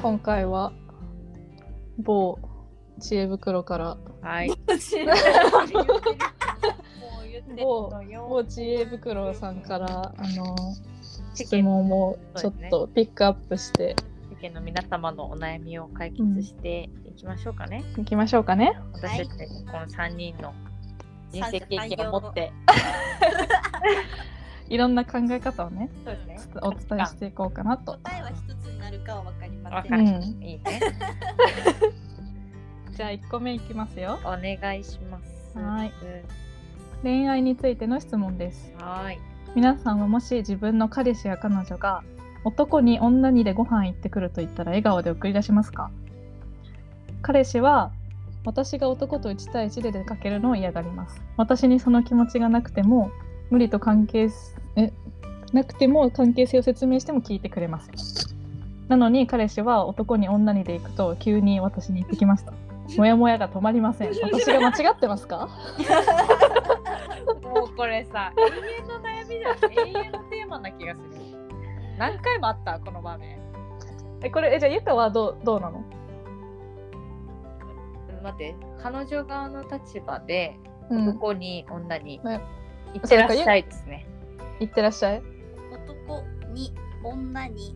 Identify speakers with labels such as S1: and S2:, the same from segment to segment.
S1: 今回は某知恵袋から
S2: はい。
S1: 某某知恵袋さんからあの質問をちょっとピックアップして
S2: 世間の皆様のお悩みを解決していきましょうかね。
S1: いきましょうかね。
S2: 私たちこの3人の人生経験を持って、
S1: いろんな考え方をね
S3: そうですね
S1: つお伝えしていこうかなと。
S3: 答えは一つになるかは分かりま
S2: わ
S3: せ
S2: か
S3: ん。
S2: る、
S1: うん
S2: いいね。
S1: じゃあ1個目いきますよ。
S2: お願いします。
S1: はい恋愛についての質問です。
S2: はい。
S1: 皆さんはもし自分の彼氏や彼女が男に女にでご飯行ってくると言ったら笑顔で送り出しますか彼氏は私が男と1対1で出かけるのを嫌がります私にその気持ちがなくても無理と関係すえなくても関係性を説明しても聞いてくれませんなのに彼氏は男に女にで行くと急に私に言ってきましたもやもやが止まりませ ん私が間違ってますか
S2: もうこれさ、永遠の悩みだし、永遠のテーマな気がする。何回もあった、この場面。
S1: えこれえじゃあゆかはどうどうなの、
S2: 待って、彼女側の立場で、
S1: うん、
S2: 男に女に
S1: ね
S2: 行ってらっしゃいですね。
S1: 行ってらっしゃい
S3: 男に女に、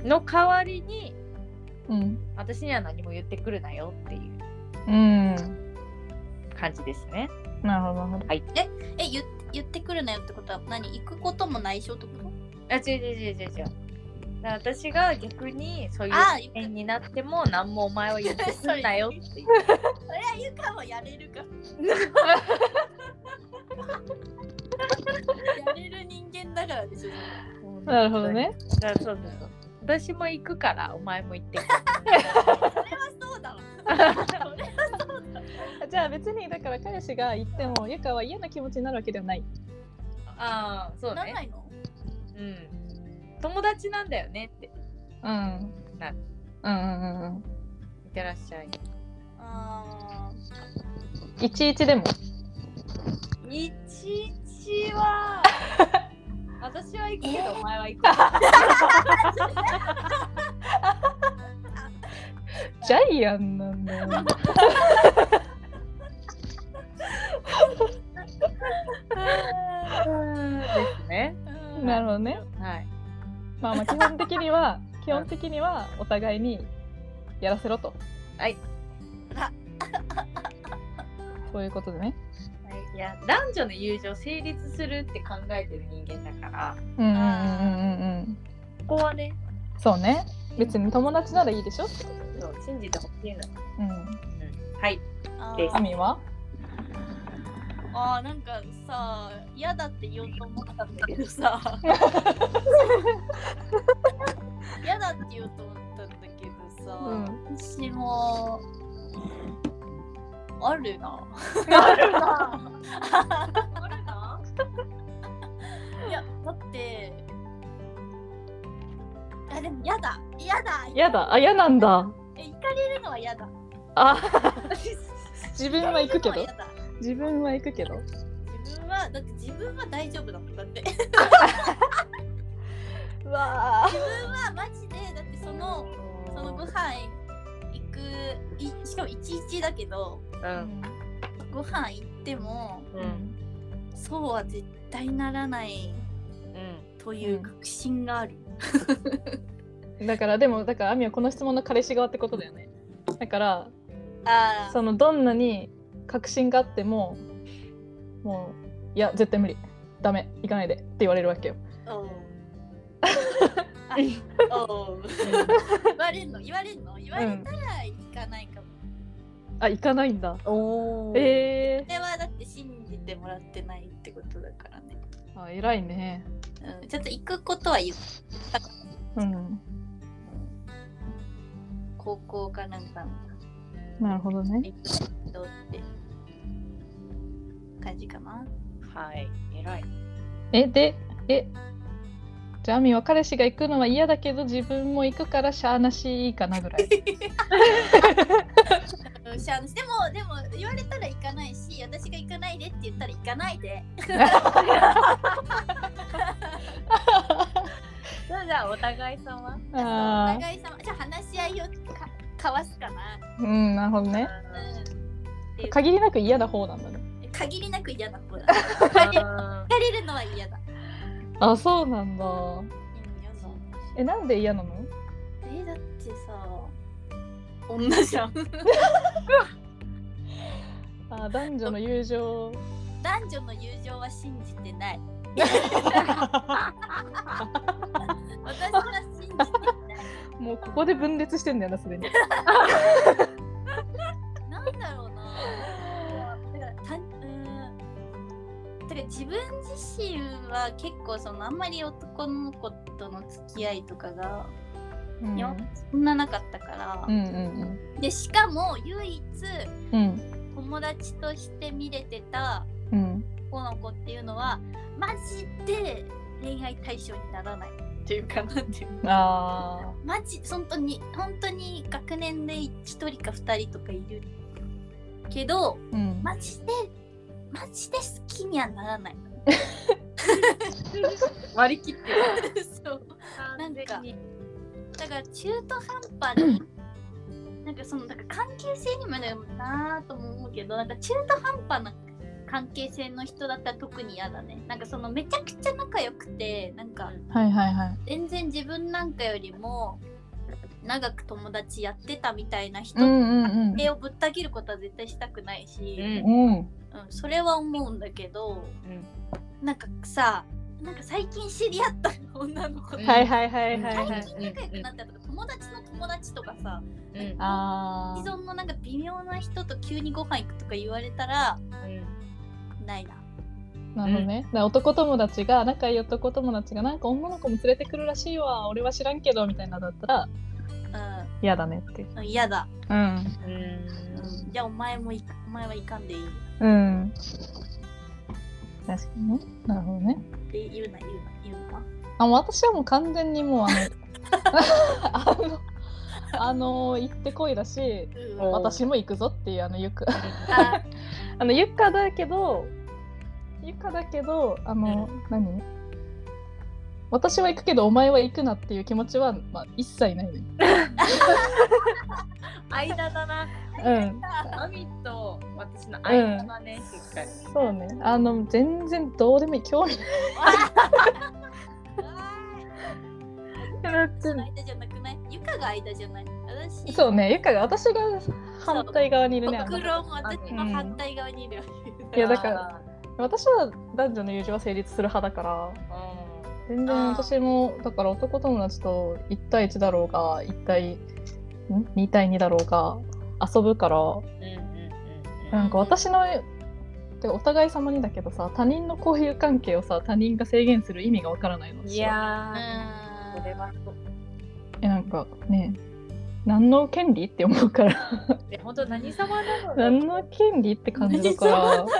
S3: うん、
S2: の代わりに、
S1: うん
S2: 私には何も言ってくるなよっていう
S1: うん。
S2: 感じですね。
S1: なるほど。なるほど
S3: え言言ってくるなよってことは何行くことも内緒ってこと
S2: あ、違う違う違う違う違う。だから私が逆にそういう
S3: あー
S2: 視点になっても何もお前は言ってすんなよっていう。
S3: それはゆかはやれ るかやれる人間だからで しょ
S1: なるほどね。
S2: だからそうそうそう。私も行くからお前も行ってく
S3: そうだろ
S1: じゃあ別にだから彼氏が言ってもゆかは嫌な気持ちになるわけではない。
S2: ああ、そう
S3: ならな
S2: ね。
S3: いの
S2: うん。友達なんだよねって。
S1: うん。うんうんうん
S2: いってらっしゃい。
S3: あ
S1: うん。いちいちでも。
S2: いちいち は私は行くけどお前は行く。
S1: ジャイアンなんだよ。
S2: ですね。
S3: ー
S1: なるほどね。
S2: はい。
S1: まあまあ基本的に は、基本的にはお互いにやらせろと。
S2: はい。
S1: そういうことでね。
S2: いや男女の友情成立するって考えてる人間だから
S1: うんうんうんうんうんうん。
S2: ここはね
S1: そうね。別に友達ならいいでしょ。
S2: そう信じてほしいの、
S1: うん。
S2: うん、はい
S3: あ
S2: です
S3: ー
S1: あみは
S3: あーなんかさ嫌だって言おうと思ったんだけどさ嫌だって言おうと思ったんだけどさ、
S1: う
S3: 私もあるな
S2: あるな
S3: あるないやだってあでも嫌だ嫌だ
S1: 嫌だ。あ、嫌なんだ。
S3: え行かれるのは嫌だ
S1: あ自分は行くけ
S3: 行かれ
S1: ど
S3: るのは嫌だ
S1: 自分は行くけど
S3: 自分はだって自分は大丈夫だもんだって
S1: わあ
S3: まあマジでだってそのそのご飯行くいしかも11だけど
S2: うん
S3: ご飯行っても
S2: う
S1: うんん
S3: そうは絶対ならない
S2: うん
S3: という確信がある、
S1: だからでもだからアミはこの質問の彼氏側ってことだよねだから
S3: あ
S1: そのどんなに確信があってももういや絶対無理ダメ行かないでって言われるわけよ
S3: おうあおう言われんの言われんの言われたら行かないかも、
S1: あ行かないんだ
S2: お
S1: え
S2: え
S3: それはだって信じてもらってないってことだからね、
S1: ー、あ偉いね
S3: うん、ちょっと行くことは言う
S1: うん
S3: 高校かなんかの
S1: なるほどね
S3: 行く人って感じかな
S2: はい偉い
S1: えでえじゃあアミは彼氏が行くのは嫌だけど自分も行くからしゃあなしいいかなぐらい
S3: うんしゃあでもでも言われたら行かないし私が行かないでって言ったら行かないで
S2: だじゃあお互い様
S3: お
S1: あ
S3: 互い様じゃあ話し合いをか交わすかな、
S1: ーうんなるほどね
S3: うん、
S1: 限りなく嫌な方なんだね
S3: 限りなく嫌だ子 だ
S2: あ
S3: 疲れるのは嫌だ、うん、
S1: あそうなんだ
S3: 嫌だ
S1: えなんで嫌なの
S3: えだってさ女じゃん
S1: あ男女の友情
S3: 男女の友情は信じて ない私は信じてない
S1: もうここで分裂してんだよなすでに
S3: なんだろう なだからたうんだから自分自身は結構そのあんまり男の子との付き合いとかが
S1: うん
S3: よそんななかったから
S1: う、んうん
S3: でしかも唯一
S1: うんうん
S3: 友達として見れてた
S1: うん
S3: 子の子っていうのはマジで恋愛対象にならないっていうかなんていうの
S1: あー
S3: マジ本当に本当に学年で1人か2人とかいるけど
S1: うん
S3: マジでマジで好きにはならない
S2: 割り切ってる
S3: そう
S2: 完全に
S3: だから中途半端になんかそのなんか関係性にもなるなぁとも思うけどなんか中途半端な関係性の人だったら特に嫌だねなんかそのめちゃくちゃ仲良くてなんか
S1: はいはいはい
S3: 全然自分なんかよりも長く友達やってたみたいな人
S1: うんうんうん
S3: 手をぶった切ることは絶対したくないし、
S2: うん
S1: うん
S3: うん、それは思うんだけどなんかさなんか最近知り合った女の子と、
S1: はいはいはいはいは
S3: 最
S1: い
S3: 近仲良くなったとか友達の友達とかさ
S2: うん
S1: あ
S3: 既
S1: ー
S3: 存のなんか微妙な人と急にご飯行くとか言われたらないな。
S1: なるほどね、だから男友達が仲いい男友達がなんか女の子も連れてくるらしいわ俺は知らんけどみたいなのだったら嫌だねって
S3: うん、嫌だ、
S1: うん
S3: うん、じゃあお前もいお前は行かんでいいっ
S1: うん確かにねなるほどね
S3: て言うな言うな言うな
S1: あもう私はもう完全にもう あのあのあの行ってこいだし
S3: うん
S2: お
S1: 私も行くぞっていうあのゆく
S3: あ
S1: あの、ゆかだけど、ゆかだけど、あの、何私は行くけど、お前は行くなっていう気持ちは、まあ、一切ないね。
S2: 間だな
S1: うん。
S2: アミと私の間だねしっかり
S1: そうね。あの、全然どうでもいい。興味ない。だっ
S3: 私の間じゃなくないゆかが間じゃない私
S1: そうね。ゆかが、私が反対側にいるね。あの
S3: 僕らも私も反対側にいるよ、
S1: いやだから私は男女の友情は成立する派だから、全然
S3: あー
S1: 私も、だから男友達と1対1だろうが、1対、ん ?2 対2だろうが、遊ぶから、
S2: うんうんうん
S1: なんか私のてかお互い様にだけどさ他人の交友関係をさ他人が制限する意味がわからないの
S2: うん
S1: 私
S2: い
S1: は
S2: や
S3: う
S2: ー
S3: ん
S2: それはそう
S1: えなんかね何の権利って思うから
S2: で本当何様なの
S1: 何の権利って感じだから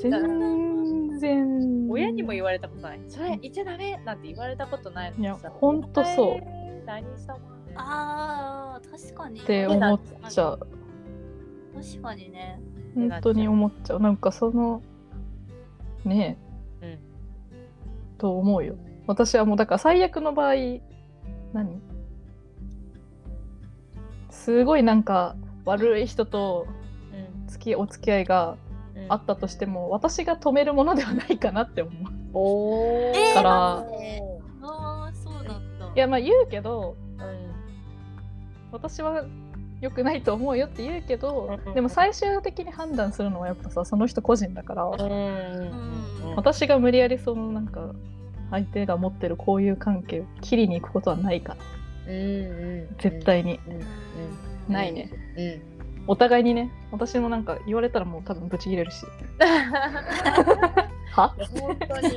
S1: 全然
S2: 親にも言われたことない。それ言っちゃダメなんて言われたことないのに
S1: いや
S2: さ
S1: ほんとそう。
S2: えー何様
S3: あー確かに
S1: って思っちゃう
S3: 確かにね
S1: 本当に思っちゃうなんかそのねえ、
S2: うん
S1: と思うよ私はもうだから最悪の場合何すごいなんか悪い人と
S2: うん
S1: 付きお付き合いがあったとしても私が止めるものではないかなって思う。
S2: おー
S3: えー
S1: から
S3: なんでああそうなんだ
S1: いやまあ言うけど
S2: うん
S1: 私は良くないと思うよって言うけど
S2: うん
S1: でも最終的に判断するのはやっぱさその人個人だから
S2: うん
S3: うん
S1: 私が無理やりそのなんか相手が持ってる交友関係を切りに行くことはないから
S2: うん
S1: 絶対に、
S2: うん
S3: うん
S1: ないね
S2: うん
S1: お互いにね私もなんか言われたらもう多分ブチ切れるしはい
S2: や本当に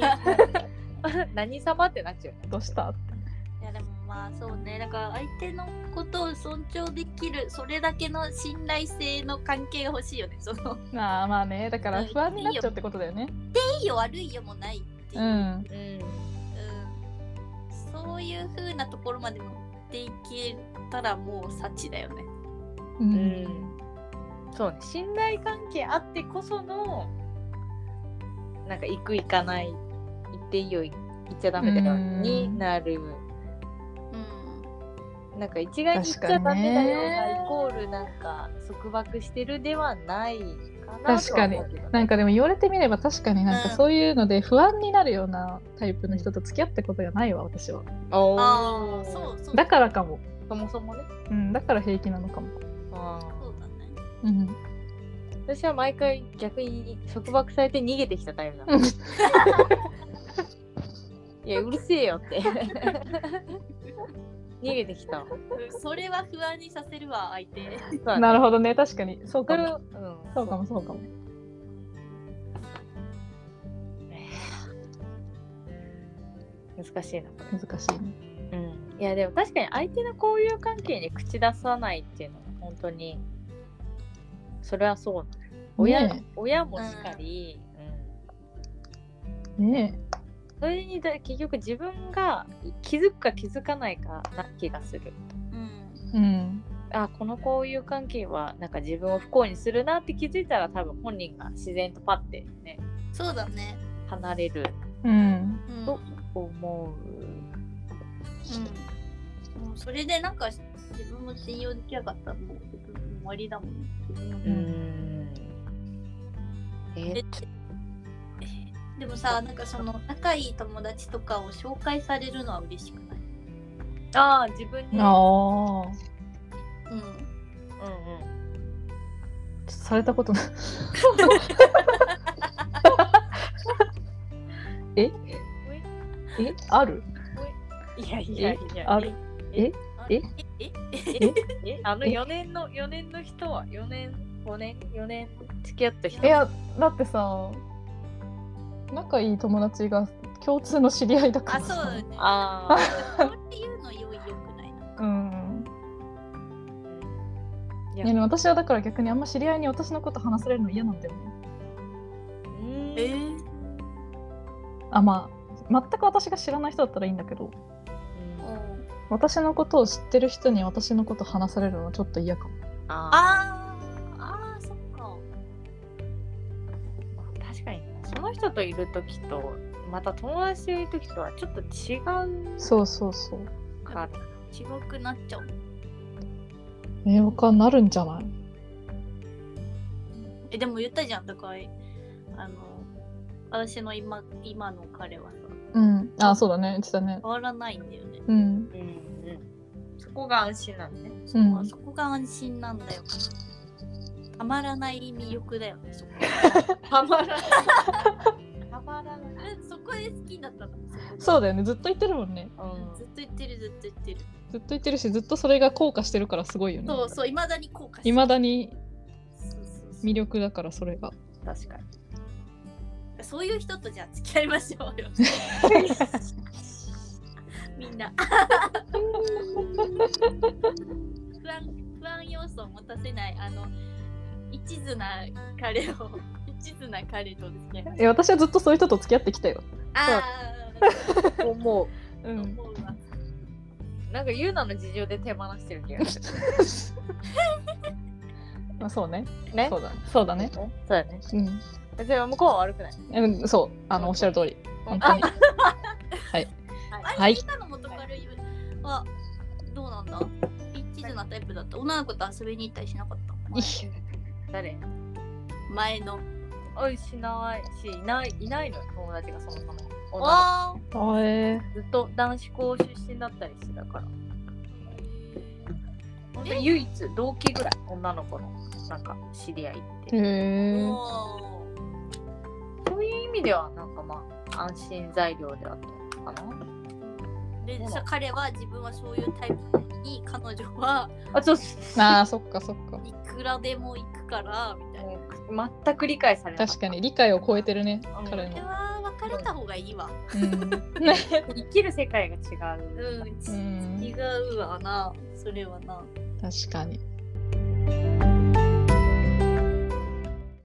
S2: 何様ってなっちゃうよね
S1: どうしたって
S3: いやでもまあそうねだから相手のことを尊重できるそれだけの信頼性の関係が欲しいよねその
S1: まあまあねだから
S3: うん
S1: 不安になっちゃうってことだよね
S3: いいよ悪いよもないっていう
S1: ん
S3: う、
S2: うん
S3: うんそういう風なところまで持っていけたらもう幸だよね
S1: う
S2: うんそうね信頼関係あってこそのなんか行く行かない行っていいよ行言っちゃダメだよ
S1: うん
S2: になる
S3: うん
S2: なんか一概に言っちゃダメだよがイコールなんか束縛してるではないかなとは思うけどね
S1: なんかでも言われてみれば確かになんか
S3: うん
S1: そういうので不安になるようなタイプの人と付き合ったことがないわ私は
S2: おー
S3: ああそうそう
S1: だからかも、
S2: そもそもね
S1: うん、だから平気なのかも、
S2: あー
S3: そうだね
S1: うん、
S2: 私は毎回逆に束縛されて逃げてきたタイプな
S1: う
S2: の
S1: ん
S2: いやうるせえよ って逃げてきた
S3: うんそれは不安にさせるわ相手
S2: そうだね
S1: なるほどね確かにそう
S2: そ
S1: か
S2: れ
S1: も
S2: をうん
S1: そうかもそうかも
S2: 難しいなこ
S1: 難しいね
S2: れ、うん、いやでも確かに相手の交友関係に口出さないっていうのは本当にそれはそうなの親,、
S1: ね
S2: 親もしかり、うん
S1: ね
S2: それにだ結局自分が気づくか気づかないかな気がする
S3: うん
S1: えうん
S2: あこの交友関係はなんか自分を不幸にするなって気づいたら多分本人が自然とパッてね
S3: そうだね
S2: 離れる
S1: うん
S3: うん
S2: と思
S3: うんもうそれでなんか自分も信用できなかったらもう自分も終わりだもんね
S2: う。うん。え
S3: えでもさなんかその仲いい友達とかを紹介されるのは嬉しくない
S2: ああ自分に。
S1: ああ
S3: う
S2: う
S3: ん
S2: んうん。
S1: されたことないええある
S2: いやいやいや。
S1: あるえ
S3: あ
S1: え
S3: え
S2: えあの
S1: え
S2: 四年の四年の人は四年五年四年付き合った人。
S1: いやだってさ仲いい友達が共通の知り合いだか
S3: あ
S1: ら
S3: そうだ
S1: さ
S3: よね
S2: あ
S3: そういうの用意よくないな
S1: うん
S2: あ。い
S1: いや
S2: や
S1: でも私はだから逆にあんま知り合いに私のこと話されるの嫌なんだよね
S2: うん
S1: あまあ全く私が知らない人だったらいいんだけど
S3: うん
S1: 私のことを知ってる人に私のこと話されるのはちょっと嫌かも
S2: ああ
S3: あーあーそっか
S2: 確かにその人といる時とまた友達といる時とはちょっと違う
S1: そうそうそう
S2: から。
S3: 違くなっちゃう
S1: えわかんなるんじゃない
S3: えでも言ったじゃんとかあの私の今今の彼はさ
S1: うんあそうだね言ってたね
S3: 変わらないんだよね
S1: うん
S2: うんうん。そこが安心なのね。
S3: そう
S1: うん
S3: そこが安心なんだよたまらない魅力だよねそこ
S2: はま らない。はまらない。
S3: えそこで好きになったの
S1: そうだよねずっと言ってるもんね
S3: ずっと言ってるずっと言ってる
S1: ずっと言ってるしずっとそれが効果してるからすごいよね
S3: そうそういまだに後悔して
S1: いまだに
S3: そうそうそう
S1: 魅力だからそれが
S2: 確か
S3: そういう人とじゃあ付き合いましょ うよみんな不安不安要素を持たせないあの一途な彼を一途な彼とですね
S1: え私はずっとそういう人と付き合ってきたよ
S3: あ
S2: に。思う。
S1: う
S3: あ
S1: ん
S3: 思うわ
S2: なんかユーナの事情で手放してる気がする。
S1: まあそうね
S2: ね。
S1: そうだそうだね
S2: そうだね。
S1: うん
S2: 別に向こうは悪くない。
S1: うんそうあのおっしゃる通り本当
S2: あ
S1: に
S3: あ
S1: はい
S3: れ今の元カレはどうなんだ一途なタイプだった女の子と遊びに行ったりしなかった
S1: いい
S2: 誰
S3: 前の
S2: おいしないし、いない、いないのよ、友達がそもそも。女の
S3: あー
S1: あえ
S2: 子ずっと男子校出身だったりしてたから。本当に唯一同期ぐらい、女の子の、なんか知り合いって。
S1: へえ
S3: おー
S2: そういう意味では、なんかまあ、安心材料であったのかな。
S3: で
S2: そう
S3: さ彼は自分はそういうタイプなのに彼女は
S2: あ、そうっす。
S1: あーそっかそっか
S3: いくらでも行くからみたいな。
S2: 全く理解されない。
S1: 確かに理解を超えてるね
S2: う
S1: 彼
S2: ん
S3: これ
S1: の、
S3: は別れた方がいいわ。
S1: うん、
S2: 生きる世界が違う。
S3: うん、
S1: うん
S3: 違うわな、それはな。
S1: 確かに
S3: う